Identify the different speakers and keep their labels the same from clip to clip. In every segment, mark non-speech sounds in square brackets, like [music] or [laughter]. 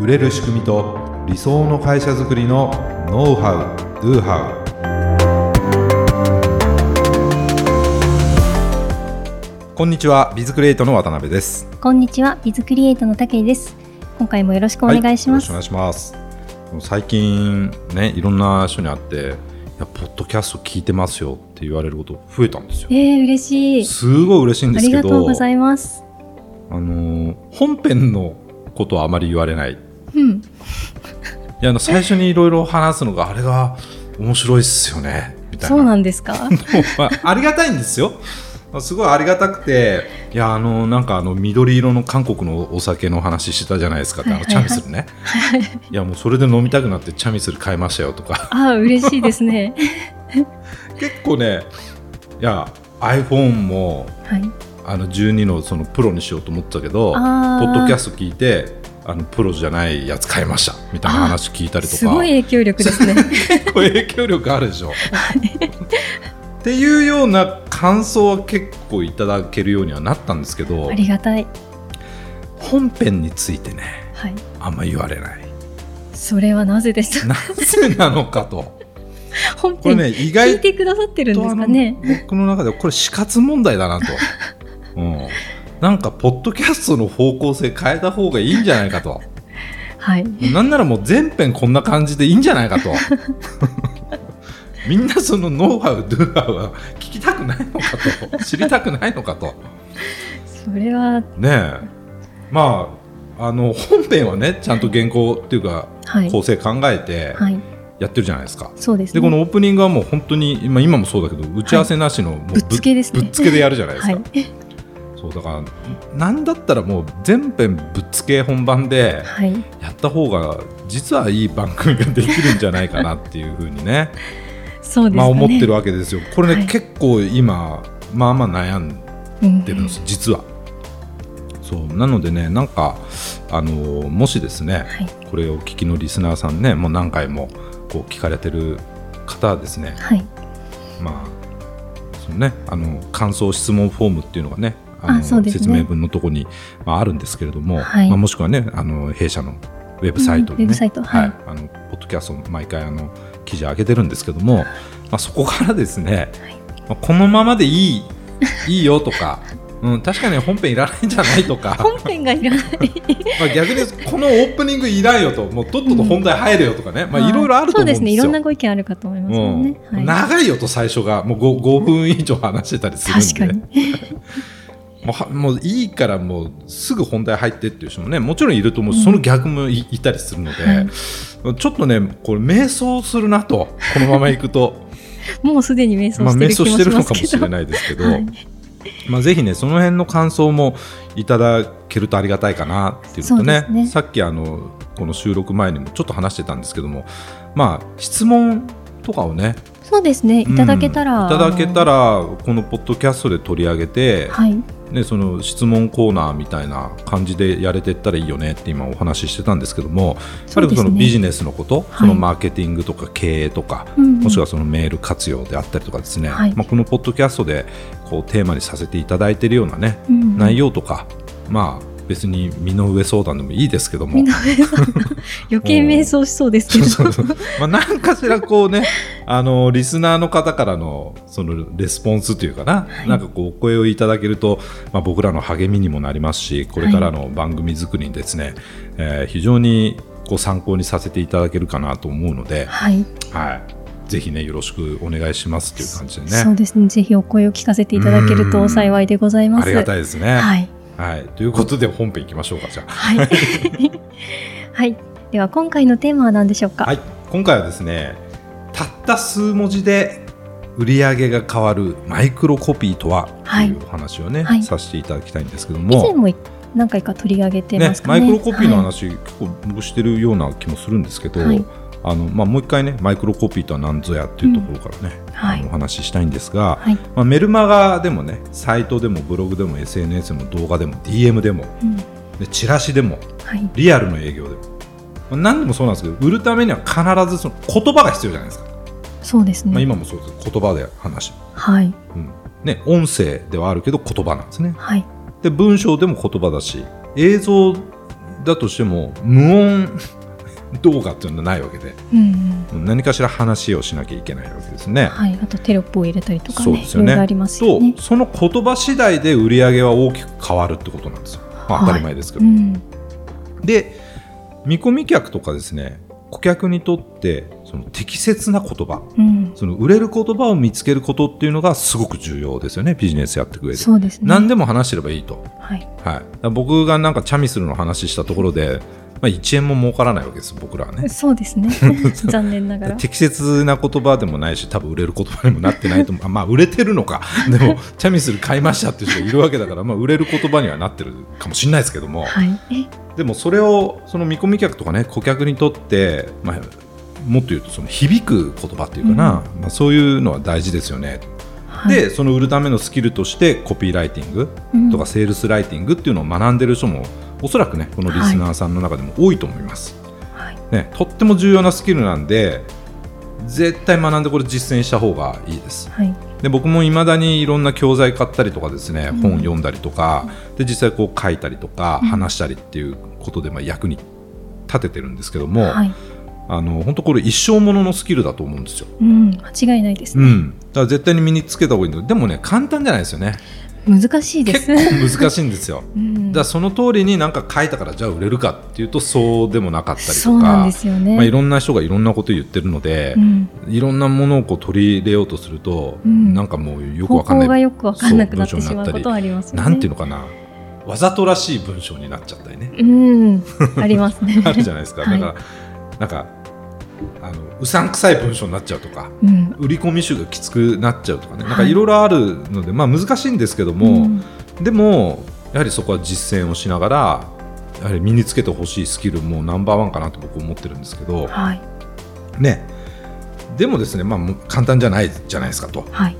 Speaker 1: 売れる仕組みと理想の会社づくりのノウハウ・ドゥハウこんにちはビズクリエイトの渡辺です
Speaker 2: こんにちは、ビズクリエイトの竹井です。今回もよろしくお願いします。
Speaker 1: はい、よろしくお願いしますもう最近ねいろんな人に会っていやポッドキャスト聞いてますよって言われること増えたんですよ
Speaker 2: えー、嬉しい。
Speaker 1: すごい嬉しいんで
Speaker 2: あ
Speaker 1: す
Speaker 2: り
Speaker 1: けど
Speaker 2: がとうございます。
Speaker 1: あのー本編のことはあまり言われないい
Speaker 2: うん、
Speaker 1: やあの最初にいろいろ話すのがあれが面白いっすよねみたいな
Speaker 2: そうなんですか。
Speaker 1: もう [laughs] まあ、ありがたいんですよすごいありがたくていやあのなんかあの緑色の韓国のお酒の話してたじゃないですかって、
Speaker 2: はい
Speaker 1: あ
Speaker 2: はいは
Speaker 1: の
Speaker 2: い
Speaker 1: チャミスルね、いやもうそれで飲みたくなってチャミスル買いましたよとか
Speaker 2: あー、嬉しいで
Speaker 1: [laughs]
Speaker 2: すね。
Speaker 1: 結構ねいや iPhone も
Speaker 2: はい。
Speaker 1: あの12のそのプロにしようと思ってたけどポ
Speaker 2: あー
Speaker 1: ッドキャスト聞いてあのプロじゃないやつ買いましたみたいな話聞いたりとか
Speaker 2: すごい影響力ですね。 [laughs]
Speaker 1: 結構影響力あるでしょ。っていうような感想は結構いただけるようにはなったんですけど
Speaker 2: ありがたい。
Speaker 1: 本編についてね
Speaker 2: はい。
Speaker 1: あんま言われない
Speaker 2: それはなぜですか。
Speaker 1: なぜなのかと
Speaker 2: 本
Speaker 1: これ
Speaker 2: 編、 [laughs]
Speaker 1: ね意
Speaker 2: 聞
Speaker 1: 外
Speaker 2: いてくださってるんで
Speaker 1: と
Speaker 2: す
Speaker 1: あ
Speaker 2: か
Speaker 1: の、
Speaker 2: ね。
Speaker 1: 僕の中ではこれ死活問題だなと、うん、なんかポッドキャストの方向性変えた方がいいんじゃないかと
Speaker 2: はい。
Speaker 1: なんならもう全編こんな感じでいいんじゃない
Speaker 2: [laughs]
Speaker 1: かとみんなそのノウハウドゥハウは聞きたくないのかと知りたくないのかと
Speaker 2: それは、
Speaker 1: ねえまああの本編はねちゃんと原稿っていうか
Speaker 2: はい。
Speaker 1: 構成考えて
Speaker 2: はい。
Speaker 1: やってるじゃないですか。
Speaker 2: そうです
Speaker 1: で
Speaker 2: ね。
Speaker 1: このオープニングはもう本当に今今もそうだけど打ち合わせなしのもう
Speaker 2: ぶっつけですね
Speaker 1: ぶっつけでやるじゃないです
Speaker 2: [laughs] は
Speaker 1: か、
Speaker 2: い。
Speaker 1: そうだからなんだったらもう全編ぶっつけ本番で
Speaker 2: はい。
Speaker 1: やった方が実はいい番組ができるんじゃないかなっていうふうにね
Speaker 2: [laughs] そうですかね。
Speaker 1: まあ思ってるわけですよ。これね、
Speaker 2: はい
Speaker 1: 結構今まあまあ悩ん
Speaker 2: うん
Speaker 1: でるんです、実は。そうなのでねなんかあのもしですね、
Speaker 2: はい。
Speaker 1: これをお聞きのリスナーさんねもう何回もこう聞かれてる方はですね [laughs]
Speaker 2: はい。
Speaker 1: まあそのねあの感想質問フォームっていうのがねあの
Speaker 2: あそうですね
Speaker 1: 説明文のとこに、まあ、あるんですけれども、
Speaker 2: はい
Speaker 1: まあ、もしくはねあの弊社のウェブサイトで、ね
Speaker 2: うんウェブサイト
Speaker 1: は
Speaker 2: はいい
Speaker 1: あのポッドキャスト毎回あの記事上げてるんですけども、まあ、そこからですね、まあこのままでいいいいよとか、うん、確かに本編いらないんじゃないとか
Speaker 2: 本編がいらない。
Speaker 1: まあ、逆にこのオープニングいらんよともうとっとと本題入れよとかね、まあ、いろいろあると思うんですよ。
Speaker 2: そうですね。いろんなご意見あるかと思いますもんね。
Speaker 1: うん
Speaker 2: はい。
Speaker 1: 長いよと最初がもう 5, 分以上話してたりするんで
Speaker 2: 確かに。
Speaker 1: もうはもういいからもうすぐ本題入ってっていう人もねもちろんいると思うしその逆もい,、いたりするので、ちょっとねこれ迷走するなとこのままいくと
Speaker 2: [laughs] もうすでに瞑
Speaker 1: ま
Speaker 2: 想
Speaker 1: あ
Speaker 2: し
Speaker 1: 迷
Speaker 2: てる
Speaker 1: 走
Speaker 2: 気
Speaker 1: してるの
Speaker 2: もします
Speaker 1: かも
Speaker 2: け
Speaker 1: し
Speaker 2: ど。
Speaker 1: れないですけど、
Speaker 2: はい
Speaker 1: まあ、ぜひねその辺の感想もいただけるとありがたいかなっていうのとね
Speaker 2: そうですね
Speaker 1: さっきあのこの収録前にもちょっと話してたんですけどもまあ質問とかをね
Speaker 2: そうですね。いただけた
Speaker 1: う
Speaker 2: ら、
Speaker 1: んいただけた
Speaker 2: ら、
Speaker 1: らこのポッドキャストで取り上げて、
Speaker 2: はい、
Speaker 1: ね、その質問コーナーみたいな感じでやれてったらいいよねって今お話ししてたんですけども、やっぱりそのビジ
Speaker 2: ネ
Speaker 1: ネスのこと、
Speaker 2: い
Speaker 1: そのマーケティングとか経営とか、
Speaker 2: ス、うんうん
Speaker 1: もしくはそのメール活用であったりとかですね、
Speaker 2: はい
Speaker 1: まあ、このポッドキャストでこうテーマにさせていただいてるようなね、
Speaker 2: うんうん
Speaker 1: 内容とか、まあ、別に身の上相談でもいいですけども
Speaker 2: みんな [laughs] 余計瞑想しそうですけ
Speaker 1: そう [laughs]
Speaker 2: ど、
Speaker 1: そうそうまあ、何かしらこうねあのリスナーの方からのそのレスポンスというかな,、なんかこうお声をいただけると、まあ、僕らの励みにもなりますしこれからの番組作りにですね、えー非常にこう参考にさせていただけるかなと思うので、
Speaker 2: はい、
Speaker 1: はい、ぜひねよろしくお願いしますという感じで
Speaker 2: そう
Speaker 1: ね。
Speaker 2: ですね。ぜひお声を聞かせていただけると幸いでございま
Speaker 1: あ
Speaker 2: す。
Speaker 1: りがたいですね、は
Speaker 2: はいい、
Speaker 1: ということで本編いきましょうかじゃあ
Speaker 2: はい、 [laughs] はい。では今回のテーマは何でしょうか。
Speaker 1: はい、今回はですねたった数文字で売り上げが変わるマイクロコピーとはと
Speaker 2: はいいう
Speaker 1: お話をね、
Speaker 2: はい
Speaker 1: させていただきたいんですけど
Speaker 2: 以前
Speaker 1: も、
Speaker 2: も何回か取り上げて
Speaker 1: ね
Speaker 2: ますか
Speaker 1: マ
Speaker 2: ね。
Speaker 1: イクロコピーの
Speaker 2: はい
Speaker 1: 話、結構僕してるような気もするんですけど、
Speaker 2: はい
Speaker 1: あのまあ、もう一回ねマイクロコピーとは何ぞやっていうところからね、
Speaker 2: はい
Speaker 1: お話ししたいんですが、
Speaker 2: はい
Speaker 1: まあ、メルマガでもねサイトでもブログでも SNS でも動画でも DM でも
Speaker 2: うん
Speaker 1: でチラシでも
Speaker 2: はい、
Speaker 1: リアルの営業でも、まあ、何でもそうなんですけど売るためには必ずその言葉が必要じゃないですか。
Speaker 2: そうですね。
Speaker 1: まあ、今もそうです言葉で話し、
Speaker 2: はい、
Speaker 1: うんね、音声ではあるけど言葉なんですね
Speaker 2: はい、
Speaker 1: で文章でも言葉だし映像だとしても無音動画っていうのはないわけで
Speaker 2: うんうん
Speaker 1: 何かしら話をしなきゃいけないわけですね。
Speaker 2: はい、あとテロップを入れたりとか
Speaker 1: そう
Speaker 2: ね、
Speaker 1: で
Speaker 2: い
Speaker 1: す
Speaker 2: ろ
Speaker 1: よ
Speaker 2: い
Speaker 1: ね
Speaker 2: ろありますよね
Speaker 1: と。その言葉次第で売り上げは大きく変わるってことなんですよ、まあ
Speaker 2: はい
Speaker 1: 当たり前ですけ
Speaker 2: う
Speaker 1: ど、
Speaker 2: ん、
Speaker 1: で見込み客とかですね顧客にとってその適切な言葉
Speaker 2: うん、
Speaker 1: その売れる言葉を見つけることっていうのがすごく重要ですよねビジネスやっていく上で、
Speaker 2: そうですね。
Speaker 1: 何でも話してればいいと、
Speaker 2: は
Speaker 1: はい、
Speaker 2: い、
Speaker 1: だから僕がなんかチャミスルの話したところで、まあ、1円も儲からないわけです僕らはね
Speaker 2: そうです
Speaker 1: [laughs]
Speaker 2: ね。残念ながら。
Speaker 1: 適切な言葉でもないし多分売れる言葉にもなって
Speaker 2: [laughs]
Speaker 1: ないと思うあまあ売れてるのかでもチャミスル買いましたっていう人がいるわけだから、まあ、売れる言葉にはなってるかもしれないですけども、
Speaker 2: はい、
Speaker 1: でもそれをその見込み客とかね顧客にとって、まあ、もっと言うとその響く言葉っていうかな、まあ、そういうのは大事ですよね、
Speaker 2: はい、
Speaker 1: でその売るためのスキルとしてコピーライティング
Speaker 2: うん
Speaker 1: とかセールスライティングっていうのを学んでる人もおそらくねこのリスナーさんの中でも多いと思います、
Speaker 2: はい、
Speaker 1: ね、とっても重要なスキルなんで絶対学んでこれ実践した方がいいです
Speaker 2: はい、
Speaker 1: で僕もいまだにいろんな教材買ったりとかですね、
Speaker 2: うん
Speaker 1: 本読んだりとかで実際こう書いたりとか
Speaker 2: うん
Speaker 1: 話したりっていうことでまあ役に立ててるんですけども、
Speaker 2: はい、
Speaker 1: あの本当これ一生もののスキルだと思うんですよ、
Speaker 2: うん、間違いないです
Speaker 1: う
Speaker 2: ね。
Speaker 1: ん、だから絶対に身につけた方がいいんだけどでもね簡単じゃないですよね
Speaker 2: 難しいで
Speaker 1: 結
Speaker 2: す。
Speaker 1: 構難しいんですよ
Speaker 2: [laughs] うん
Speaker 1: だからその通りになんか書いたからじゃあ売れるかっていうとそうでもなかったりとか
Speaker 2: そうなんですよね。
Speaker 1: まあ、いろんな人がいろんなこと言ってるので、
Speaker 2: うん、
Speaker 1: いろんなものをこう取り入れようとすると、
Speaker 2: うん
Speaker 1: なんかもうよく
Speaker 2: 方
Speaker 1: わかん
Speaker 2: 向
Speaker 1: な
Speaker 2: が
Speaker 1: い
Speaker 2: よくわかんなくなっ
Speaker 1: そ
Speaker 2: て
Speaker 1: う文章
Speaker 2: し
Speaker 1: にな
Speaker 2: ま
Speaker 1: っ
Speaker 2: う
Speaker 1: たり
Speaker 2: ことはありますよね。
Speaker 1: なんていうのかなわざとらしい文章になっちゃったりね。
Speaker 2: うん、ありますね
Speaker 1: [laughs] あるじゃないですか、
Speaker 2: はい
Speaker 1: なんかなんかあのうさんくさい文章になっちゃうとか
Speaker 2: うん、
Speaker 1: 売り込み集がきつくなっちゃうとかね、
Speaker 2: はい
Speaker 1: なんかいろいろあるので、まあ、難しいんですけど
Speaker 2: う
Speaker 1: も、
Speaker 2: ん
Speaker 1: でもやはりそこは実践をしながらやはり身につけてほしいスキルもナンバーワンかなと僕思ってるんですけど、
Speaker 2: はい、
Speaker 1: ね、でもですね、まあ、もう簡単じゃないじゃないですかと
Speaker 2: はい、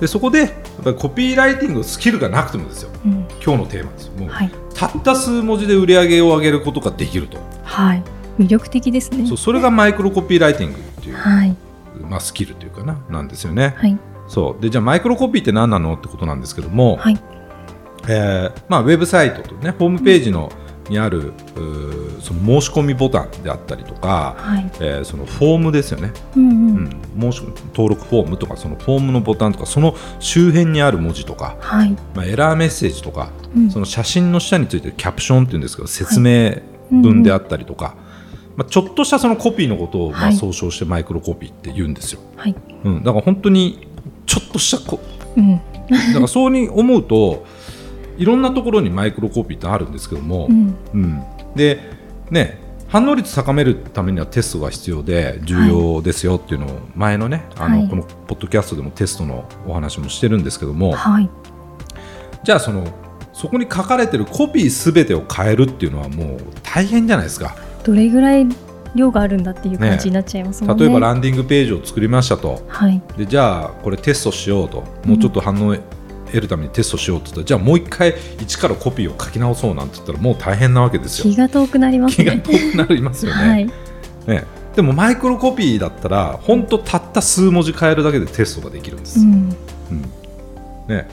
Speaker 1: でそこでやっぱりコピーライティングのスキルがなくてもですよ
Speaker 2: うん、
Speaker 1: 今日のテーマですもう
Speaker 2: はい、
Speaker 1: たった数文字で売り上げを上げることができると、
Speaker 2: はい、魅力的ですね
Speaker 1: そう。それがマイクロコピーライティングっていう、
Speaker 2: はい、
Speaker 1: まあ、スキルというかななんですよね、
Speaker 2: はい、
Speaker 1: そうでじゃあマイクロコピーって何なのってことなんですけども、
Speaker 2: はい、
Speaker 1: えーまあ、ウェブサイトとねホームページの、にあるうーその申し込みボタンであったりとか、
Speaker 2: はい、
Speaker 1: えーそのフォームですよね、
Speaker 2: うん、
Speaker 1: う
Speaker 2: うん、
Speaker 1: ん、申し登録フォームとかそのフォームのボタンとかその周辺にある文字とか、
Speaker 2: はい、
Speaker 1: まあ、エラーメッセージとか
Speaker 2: うん
Speaker 1: その写真の下についてるキャプションっていうんですけど説明文であったりとか、まあ、ちょっとしたそのコピーのことをま
Speaker 2: は
Speaker 1: あ
Speaker 2: い
Speaker 1: 総称してマイクロコピーって言うんですよ、
Speaker 2: はい、
Speaker 1: うん、だから本当にちょっとしたこ
Speaker 2: うん、
Speaker 1: だからそうに思うといろんなところにマイクロコピーってあるんですけども
Speaker 2: う、ん、
Speaker 1: うん、でね反応率高めるためにはテストが必要で重要ですよっていうのを前のね、あ
Speaker 2: は
Speaker 1: の
Speaker 2: い
Speaker 1: このポッドキャストでもテストのお話もしてるんですけども、
Speaker 2: はい、
Speaker 1: じゃあそのそこに書かれてるコピーすべてを変えるっていうのはもう大変じゃないですか
Speaker 2: どれぐらい量があるんだっていう感じになっちゃいますもんね。
Speaker 1: 例えばランディングページを作りましたと
Speaker 2: はい、
Speaker 1: でじゃあこれテストしようともうちょっと反応を得るためにテストしようって言ったら、じゃあもう一回一からコピーを書き直そうなんて言ったらもう大変なわけですよ
Speaker 2: [laughs] 気が遠くなります
Speaker 1: 気が
Speaker 2: ね。
Speaker 1: 遠くなりますよね、
Speaker 2: [laughs] はい、
Speaker 1: ねでもマイクロコピーだったら本当たった数文字変えるだけでテストができるんです
Speaker 2: う、ん、
Speaker 1: うんね、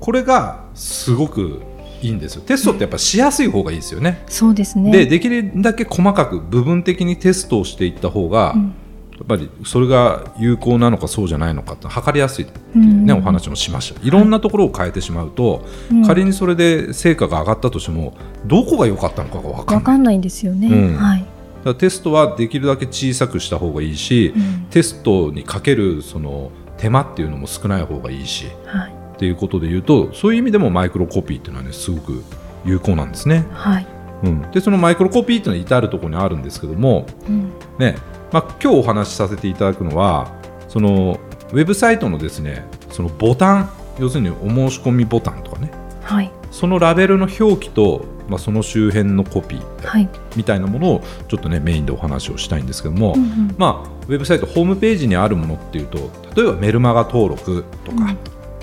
Speaker 1: これがすごくいいんですよテストってやっぱしやすい方がいいですよね
Speaker 2: そうですね。
Speaker 1: で、できるだけ細かく部分的にテストをしていった方が、
Speaker 2: うん
Speaker 1: やっぱりそれが有効なのかそうじゃないのかって測りやすいっていうう、
Speaker 2: ん
Speaker 1: ねお話もしましたいろんなところを変えてしまうと、
Speaker 2: うん
Speaker 1: 仮にそれで成果が上がったとしてもどこが良かったのかが分かん
Speaker 2: わ
Speaker 1: ない
Speaker 2: かんないんですよね。
Speaker 1: うん
Speaker 2: はい、
Speaker 1: だからテストはできるだけ小さくした方がいいし、
Speaker 2: うん、
Speaker 1: テストにかけるその手間っていうのも少ない方がいいし
Speaker 2: はい、
Speaker 1: っていうことで言うとそういう意味でもマイクロコピーっていうのはねすごく有効なんですね。
Speaker 2: はい、
Speaker 1: うん、でそのマイクロコピーっていうのは至るところにあるんですけども、
Speaker 2: うん、
Speaker 1: ねまあ、今日お話しさせていただくのはそのウェブサイトのですねそのボタン要するにお申し込みボタンとかね
Speaker 2: はい、
Speaker 1: そのラベルの表記と、まあ、その周辺のコピー
Speaker 2: はい、
Speaker 1: みたいなものをちょっとねメインでお話をしたいんですけども、
Speaker 2: うんうん
Speaker 1: まあ、ウェブサイトホームページにあるものっていうと例えばメルマガ登録とか、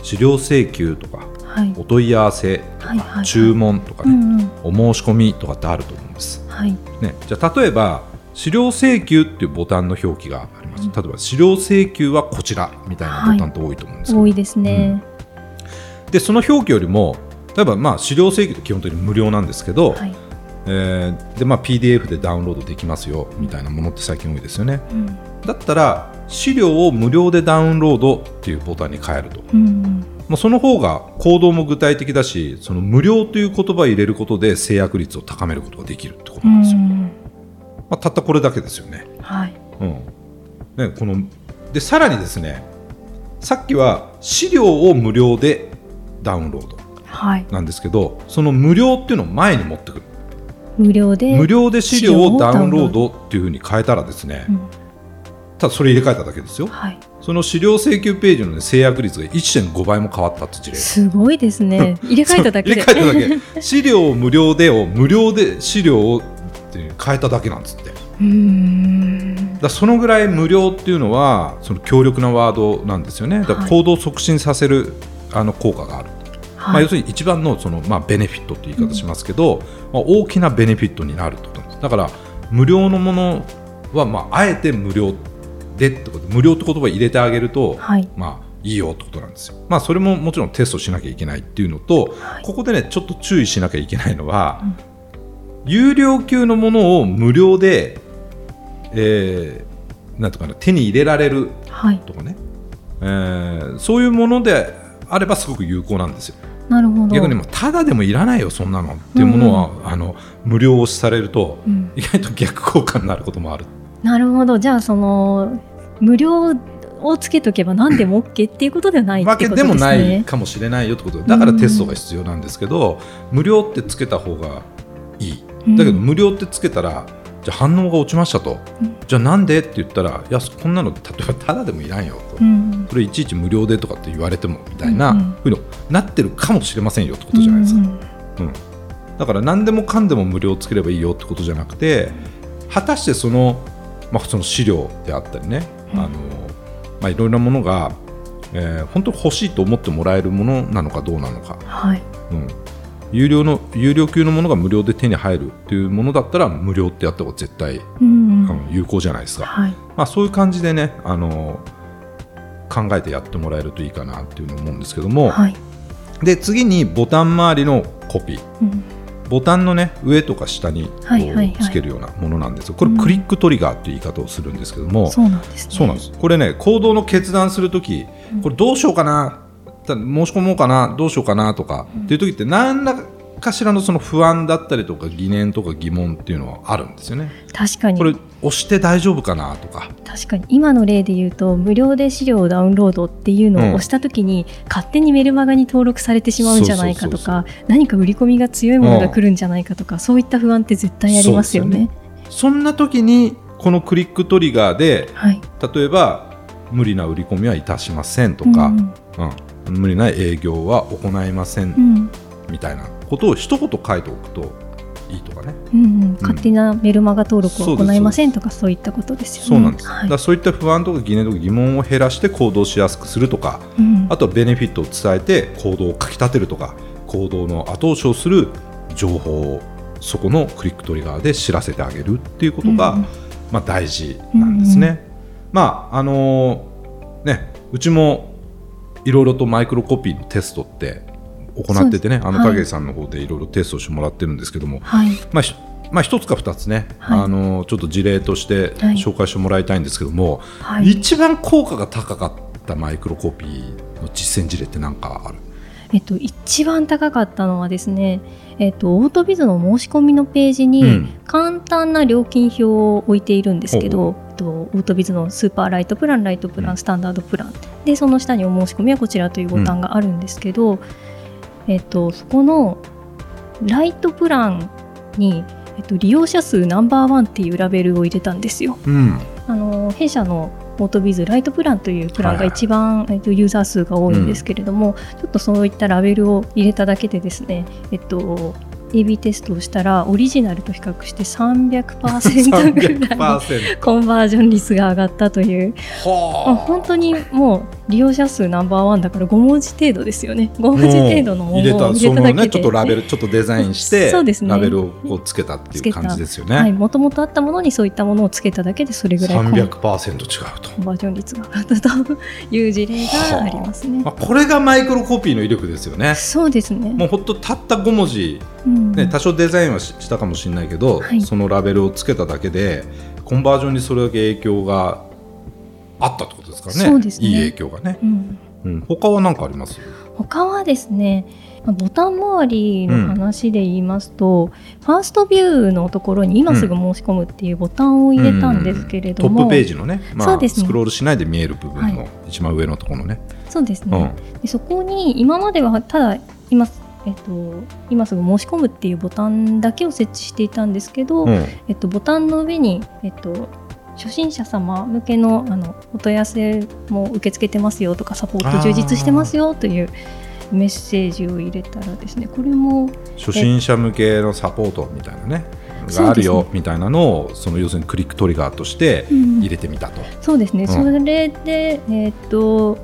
Speaker 1: 資料請求とか
Speaker 2: はい、
Speaker 1: お問い合わせとか、
Speaker 2: はいはいはい
Speaker 1: 注文とか
Speaker 2: う
Speaker 1: ね、
Speaker 2: んうん、
Speaker 1: お申し込みとかってあると思うんです。
Speaker 2: はい、
Speaker 1: ね、じゃあ例えば資料請求っていうボタンの表記があります
Speaker 2: うん
Speaker 1: 例えば資料請求はこちらみたいなボタンって多いと思うんですけど、
Speaker 2: 多いですね。
Speaker 1: でその表記よりも例えばまあ資料請求って基本的に無料なんですけど、
Speaker 2: はい、
Speaker 1: えーでまあ、PDF でダウンロードできますよみたいなものって最近多いですよね
Speaker 2: うん
Speaker 1: だったら資料を無料でダウンロードっていうボタンに変えると
Speaker 2: うん
Speaker 1: まあ、その方が行動も具体的だしその無料という言葉を入れることで制約率を高めることができるってこと
Speaker 2: う
Speaker 1: なんですよ、
Speaker 2: ん
Speaker 1: まあ、たったこれだけですよね,、
Speaker 2: はい
Speaker 1: うん、ねこのでさらにですねさっきは資料を無料でダウンロード
Speaker 2: はい
Speaker 1: なんですけどその無料っていうのを前に持ってくる
Speaker 2: 無料で
Speaker 1: 無料で資料をダウンロードっていうふうに変えたらですね
Speaker 2: うん
Speaker 1: ただそれ入れ替えただけですよ
Speaker 2: はい
Speaker 1: その資料請求ページの、ね、制約率が1.5倍も変わったって事例が
Speaker 2: すごいですね入れ替えただけで
Speaker 1: そう入れ替えただけ資料を無料でを無料で資料をっていう変えただけなんですってだか
Speaker 2: うーん
Speaker 1: らそのぐらい無料っていうのはその強力なワードなんですよねだか
Speaker 2: は
Speaker 1: ら
Speaker 2: い
Speaker 1: 行動を促進させるあの効果がある、ま
Speaker 2: は
Speaker 1: あ、
Speaker 2: い
Speaker 1: 要するに一番のその、まあ、ベネフィットって言い方しますけど、まあ、大きなベネフィットになるってことなんですだから無料のものは、まあ、あえて無料でってこと無料って言葉を入れてあげると、
Speaker 2: はい
Speaker 1: まあ、いいよってことなんですよ。まあ、それももちろんテストしなきゃいけないっていうのと、ここでね、ちょっと注意しなきゃいけないのは、有料級のものを無料で、えーなんとかな、手に入れられる
Speaker 2: はい
Speaker 1: とかね、えーそういうものであればすごく有効なんですよ。
Speaker 2: なるほど
Speaker 1: 逆にもう、ただでもいらないよ、そんなのっていうものは、あの無料押しされると、
Speaker 2: うん
Speaker 1: 意外と逆効果になることもある。
Speaker 2: なるほどじゃあその無料をつけとけば何でも OK っていうことではないって
Speaker 1: わ
Speaker 2: こ
Speaker 1: け
Speaker 2: と
Speaker 1: で
Speaker 2: ですね
Speaker 1: もないかもしれないよってことでだからテストが必要なんですけど、無料ってつけた方がいいだけど
Speaker 2: うん
Speaker 1: 無料ってつけたらじゃあ反応が落ちましたと、
Speaker 2: うん
Speaker 1: じゃあなんでって言ったらいやこんなの例えばただでもいらんよと、
Speaker 2: うん
Speaker 1: それいちいち無料でとかって言われてもみたいな、
Speaker 2: うん
Speaker 1: ふうになってるかもしれませんよってことじゃないですか、
Speaker 2: うん
Speaker 1: だから何でもかんでも無料つければいいよってことじゃなくて果たしてその,、まあ、その資料であったりね、
Speaker 2: うん
Speaker 1: あのまあ、いろいろなものが、えー本当に欲しいと思ってもらえるものなのかどうなのか、
Speaker 2: はい
Speaker 1: うん、有料の有料級のものが無料で手に入るっていうものだったら無料ってやった方が絶対、
Speaker 2: うんうん
Speaker 1: あの有効じゃないですか、
Speaker 2: はい
Speaker 1: まあ、そういう感じでねあの考えてやってもらえるといいかなっていうのを思うんですけども、
Speaker 2: はい
Speaker 1: で次にボタン周りのコピー
Speaker 2: うん
Speaker 1: ボタンのね上とか下にこ
Speaker 2: はいはいはいう
Speaker 1: つけるようなものなんですよこれ
Speaker 2: うん
Speaker 1: クリックトリガーっていう言い方をするんですけども、
Speaker 2: そうなんですね
Speaker 1: そうなんですこれね行動の決断するとき
Speaker 2: うん
Speaker 1: これどうしようかなた申し込もうかなどうしようかなとかっていうときって何らかしらのその不安だったりとか疑念とか疑問っていうのはあるんですよね。
Speaker 2: 確かに
Speaker 1: これ押して大丈夫かなとか
Speaker 2: 確かに今の例で言うと無料で資料をダウンロードっていうのを
Speaker 1: うん
Speaker 2: 押した時に、勝手にメルマガに登録されてしまうんじゃないか
Speaker 1: そ
Speaker 2: と
Speaker 1: うそ
Speaker 2: か何か売り込みが強いものが来るんじゃないかとか、そういった不安って絶対ありますよね。
Speaker 1: そんな時にこのクリックトリガーで
Speaker 2: はい、
Speaker 1: 例えば無理な売り込みはいたしませんと
Speaker 2: う
Speaker 1: か、
Speaker 2: ん
Speaker 1: うん無理な営業は行いません
Speaker 2: うん
Speaker 1: みたいなことを一言書いておくといいとかね、
Speaker 2: うんうん、勝手なメルマガ登録を行いませんとかそういったことですよね。
Speaker 1: そうなんです、
Speaker 2: は
Speaker 1: だ
Speaker 2: い
Speaker 1: からそういった不安とか疑念とか疑問を減らして行動しやすくするとか、
Speaker 2: うん
Speaker 1: あとはベネフィットを伝えて行動をかき立てるとか、行動の後押しをする情報をそこのクリックトリガーで知らせてあげるっていうことが、
Speaker 2: うん
Speaker 1: まあ、大事なんですね。まああのーね、うちもいろいろとマイクロコピーのテストって行っててね、
Speaker 2: そ
Speaker 1: あ
Speaker 2: うです
Speaker 1: の
Speaker 2: はい
Speaker 1: 影さんの方でいろいろテストしてもらってるんですけども、
Speaker 2: はい
Speaker 1: まあ、ひまあ、一つか二つね、
Speaker 2: はい
Speaker 1: あのちょっと事例として
Speaker 2: はい
Speaker 1: 紹介してもらいたいんですけども、
Speaker 2: はい
Speaker 1: 一番効果が高かったマイクロコピーの実践事例って何かある
Speaker 2: えっと、一番高かったのはですね、えっと、オートビズの申し込みのページに、
Speaker 1: うん
Speaker 2: 簡単な料金表を置いているんですけど、えっとオートビズのスーパーライトプランライトプラン、
Speaker 1: うん
Speaker 2: スタンダードプランでその下にお申し込みはこちらというボタンがあるんですけど、えっと、そこのライトプランに、えっと、利用者数ナンバーワンっていうラベルを入れたんですよ。
Speaker 1: うん
Speaker 2: あの弊社のオートビズライトプランというプラン
Speaker 1: は
Speaker 2: が
Speaker 1: いはい
Speaker 2: 一番、えっとユーザー数が多いんですけれども、ちょっとそういったラベルを入れただけでですね、えっと、AB テストをしたらオリジナルと比較して300%ぐらいの
Speaker 1: 300%
Speaker 2: コンバージョン率が上がったという、 [laughs]
Speaker 1: は
Speaker 2: まあ、本当にも利用者数ナンバーワンだから5文字程度ですよね5文字程度のものを
Speaker 1: 入れた
Speaker 2: 入れ
Speaker 1: そ
Speaker 2: た
Speaker 1: の
Speaker 2: だけ
Speaker 1: ね
Speaker 2: で
Speaker 1: ちょっとラベルちょっとデザインして
Speaker 2: そうですね
Speaker 1: ラベルをこうつけたっていう感じですよね、
Speaker 2: はい、もともとあったものにそういったものをつけただけでそれぐらいコン
Speaker 1: 300%違うと、
Speaker 2: バージョン率が上がったという事例がありますね
Speaker 1: ま。あ、これがマイクロコピーの威力ですよね
Speaker 2: そうですね。
Speaker 1: もうほんとたった5文字、
Speaker 2: うん
Speaker 1: ね、多少デザインはししたかもしれないけど、
Speaker 2: はい
Speaker 1: そのラベルをつけただけでコンバージョンにそれだけ影響があったってことですからね
Speaker 2: そうですね
Speaker 1: いい影響がね、
Speaker 2: うん
Speaker 1: うん、他は何かあります
Speaker 2: 他はですねまあボタン周りの話で言いますと、ファーストビューのところに今すぐ申し込むっていうボタンを入れたんですけれども、
Speaker 1: うんトップページのね,、まあ、
Speaker 2: そうですね
Speaker 1: スクロールしないで見える部分
Speaker 2: は
Speaker 1: の一番上のところのね、
Speaker 2: そうです
Speaker 1: う
Speaker 2: ね、でそこに今まではただ今,、えっと、今すぐ申し込むっていうボタンだけを設置していたんですけど、
Speaker 1: ん、うん
Speaker 2: えっと、ボタンの上に、えっと、初心者様向けのあのお問い合わせも受け付けてますよとかサポート充実してますよというメッセージを入れたらですねこれも
Speaker 1: 初心者向けのサポートみたいなね
Speaker 2: そうですね
Speaker 1: があるよみたいなのをその要するにクリックトリガーとして
Speaker 2: うん
Speaker 1: 入れてみたと、
Speaker 2: そうですね、
Speaker 1: ん
Speaker 2: それで、えーっと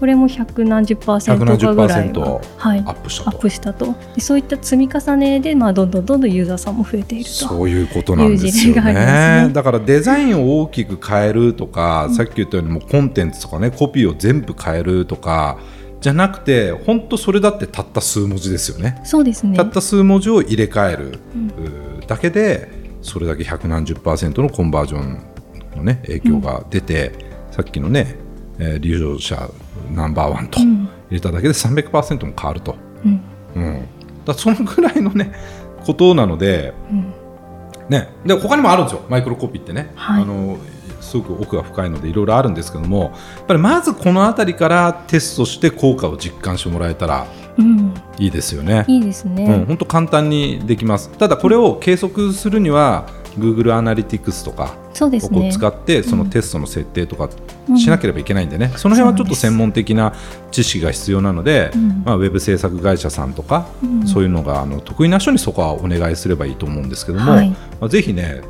Speaker 2: これも百何十パーセントかぐらいは
Speaker 1: 170%
Speaker 2: はい、
Speaker 1: アップし
Speaker 2: ア
Speaker 1: た
Speaker 2: ッ
Speaker 1: と
Speaker 2: プしたとでそういった積み重ねで、まあ、どんどんどんどんユーザーさんも増えていると
Speaker 1: そういうことなんですよ
Speaker 2: いう事例があ
Speaker 1: ね
Speaker 2: りますね
Speaker 1: だからデザインを大きく変えるとか、さっき言ったようにもうコンテンツとかねコピーを全部変えるとかじゃなくて本当それだってたった数文字ですよね
Speaker 2: そうですね
Speaker 1: たった数文字を入れ替える、
Speaker 2: うん
Speaker 1: うーだけでそれだけ百何十パーセントのコンバージョンの、ね、影響が出て、さっきのね、えー利用者ナンバーワンと
Speaker 2: う
Speaker 1: 入
Speaker 2: ん
Speaker 1: れただけで300%も変わると、
Speaker 2: うん
Speaker 1: うん、だからそのくらいのねことなので
Speaker 2: うん
Speaker 1: ね、で他にもあるんですよ、マイクロコピーってね、
Speaker 2: はい
Speaker 1: あのすごく奥が深いのでいろいろあるんですけども、やっぱりまずこの辺りからテストして効果を実感してもらえたら
Speaker 2: うん、
Speaker 1: いいですよね。
Speaker 2: いいですね、
Speaker 1: うん、本当簡単にできます。ただこれを計測するには Google アナリティクスとか
Speaker 2: そうです
Speaker 1: ここを
Speaker 2: ね
Speaker 1: 使ってそのテストの設定とかしなければいけないんでね、その辺はちょっと専門的な知識が必要なので、
Speaker 2: うん
Speaker 1: まあ、ウェブ制作会社さんとか、
Speaker 2: うん
Speaker 1: そういうのがあの得意な人にそこはお願いすればいいと思うんですけども、
Speaker 2: はい
Speaker 1: まあ、ぜひね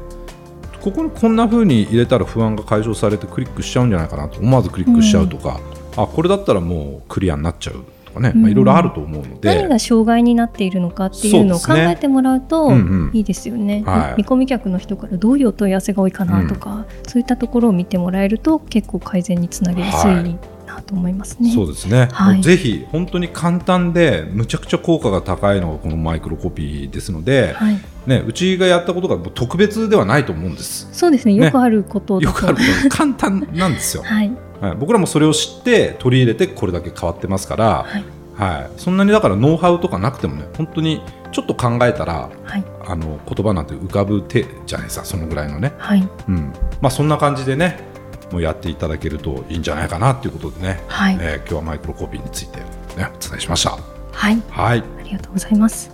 Speaker 1: ここにこんな風に入れたら不安が解消されてクリックしちゃうんじゃないかなと思わずクリックしちゃうとか、あこれだったらもうクリアになっちゃうとかね、ま
Speaker 2: う
Speaker 1: あ、
Speaker 2: ん
Speaker 1: いろいろあると思うので。
Speaker 2: 何が障害になっているのかっていうのを
Speaker 1: そ
Speaker 2: 考
Speaker 1: うですね
Speaker 2: えてもらうと
Speaker 1: うんうん
Speaker 2: いいですよね。
Speaker 1: はい
Speaker 2: 見込み客の人からどういうお問い合わせが多いかなとか、そういったところを見てもらえると結構改善につなげやすいなと思いますね。
Speaker 1: そうですね、
Speaker 2: はい
Speaker 1: もうぜひ本当に簡単でむちゃくちゃ効果が高いのがこのマイクロコピーですので、
Speaker 2: はい、
Speaker 1: ね、うちがやったことがもう特別ではないと思うんです
Speaker 2: そうですね。
Speaker 1: ね
Speaker 2: よくあることだ
Speaker 1: よ
Speaker 2: と、
Speaker 1: くあることで簡単なんですよ、
Speaker 2: はい、
Speaker 1: はい、僕らもそれを知って取り入れてこれだけ変わってますから、
Speaker 2: はい
Speaker 1: はい、そんなにだからノウハウとかなくてもね本当にちょっと考えたら
Speaker 2: はい、
Speaker 1: あの言葉なんて浮かぶ手じゃないですかそのぐらいのね、
Speaker 2: はい、
Speaker 1: うんまあ、そんな感じでねもうやっていただけるといいんじゃないかなということでね、
Speaker 2: はい、
Speaker 1: えー今日はマイクロコピーについて、ね、お伝えしました。
Speaker 2: はい、
Speaker 1: はい、
Speaker 2: ありがとうございます。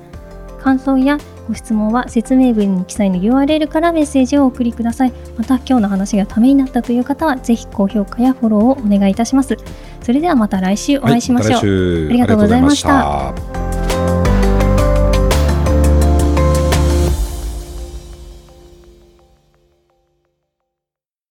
Speaker 2: 感想やご質問は説明文に記載の URL からメッセージをお送りください。また今日の話がためになったという方はぜひ高評価やフォローをお願いいたします。それではまた来週お会いしましょう。
Speaker 1: は
Speaker 2: ありがとうございました
Speaker 1: ありがとうございました